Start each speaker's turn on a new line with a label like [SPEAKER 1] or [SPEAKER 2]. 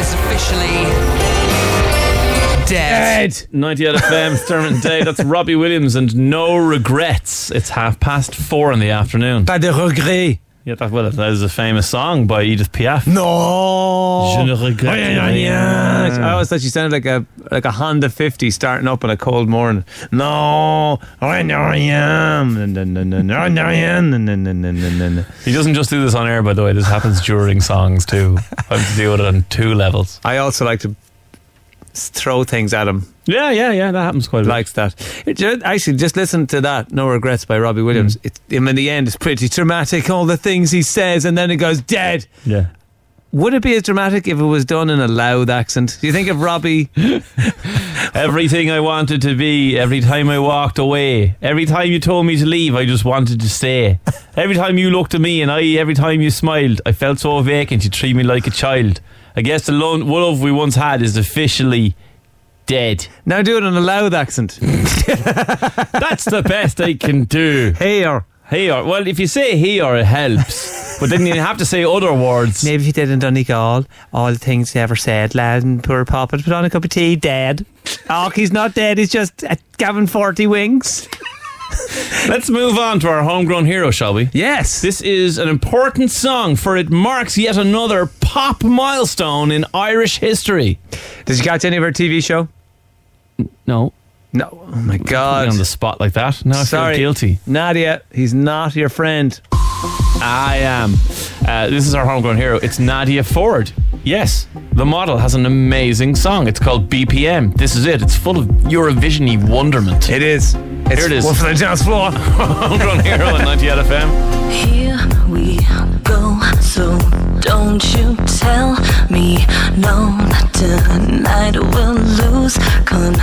[SPEAKER 1] officially dead.
[SPEAKER 2] Dead. 98 FM, Storm and Day. That's Robbie Williams and No Regrets. It's half past four in the afternoon.
[SPEAKER 3] Pas de regret.
[SPEAKER 2] Yeah, that, well, that is a famous song by Edith Piaf.
[SPEAKER 3] No.
[SPEAKER 2] Je ne regrette
[SPEAKER 3] Rien,
[SPEAKER 2] rien.
[SPEAKER 3] rien. I always thought she sounded like Oh, a like a Honda 50 starting up on a cold morning. No. Oh, Rien, rien. Rien, rien, rien.
[SPEAKER 2] He doesn't just do this on air, by the way. This happens during songs, too. I have to deal with it on two levels.
[SPEAKER 3] I also like to s- throw things at him.
[SPEAKER 2] Yeah, yeah, yeah. That happens quite a lot.
[SPEAKER 3] Likes that. It ju- actually, just listen to that. No regrets by Robbie Williams. It, him in the end is pretty dramatic. All the things he says, and then it goes dead.
[SPEAKER 2] Yeah.
[SPEAKER 3] Would it be as dramatic if it was done in a loud accent? Do you think if Robbie?
[SPEAKER 2] Everything I wanted to be, every time I walked away, every time you told me to leave, I just wanted to stay. Every time you looked at me and I, every time you smiled, I felt so vacant, you treat me like a child. I guess the lone love we once had is officially dead.
[SPEAKER 3] Now do it in a loud accent.
[SPEAKER 2] That's the best I can do.
[SPEAKER 3] Hey, or
[SPEAKER 2] Hey, or, well, if you say he or it helps, but then you have to say other words.
[SPEAKER 3] maybe if you didn't Donegal, all, all the things he ever said, lad and poor Papa, put on a cup of tea, dead. Oh, he's not dead. He's just uh, Gavin Forty wings.
[SPEAKER 2] Let's move on to our homegrown hero, shall we?
[SPEAKER 3] Yes.
[SPEAKER 2] This is an important song for it marks yet another pop milestone in Irish history.
[SPEAKER 3] Did you catch any of our TV show?
[SPEAKER 2] No,
[SPEAKER 3] No. Oh my
[SPEAKER 2] put me
[SPEAKER 3] God.
[SPEAKER 2] on the spot like that. Now I
[SPEAKER 3] Sorry.
[SPEAKER 2] feel guilty.
[SPEAKER 3] Nadia, he's not your friend.
[SPEAKER 2] I am. Uh, this is our homegrown hero. It's Nadia Ford. Yes, the model has an amazing song. It's called BPM. This is it. It's full of Eurovision-y wonderment.
[SPEAKER 3] It is. It's
[SPEAKER 2] Here it is.
[SPEAKER 3] One for the dance floor.
[SPEAKER 2] homegrown hero on 98 FM.
[SPEAKER 4] Here we go, so don't you tell me no, that tonight we'll lose control.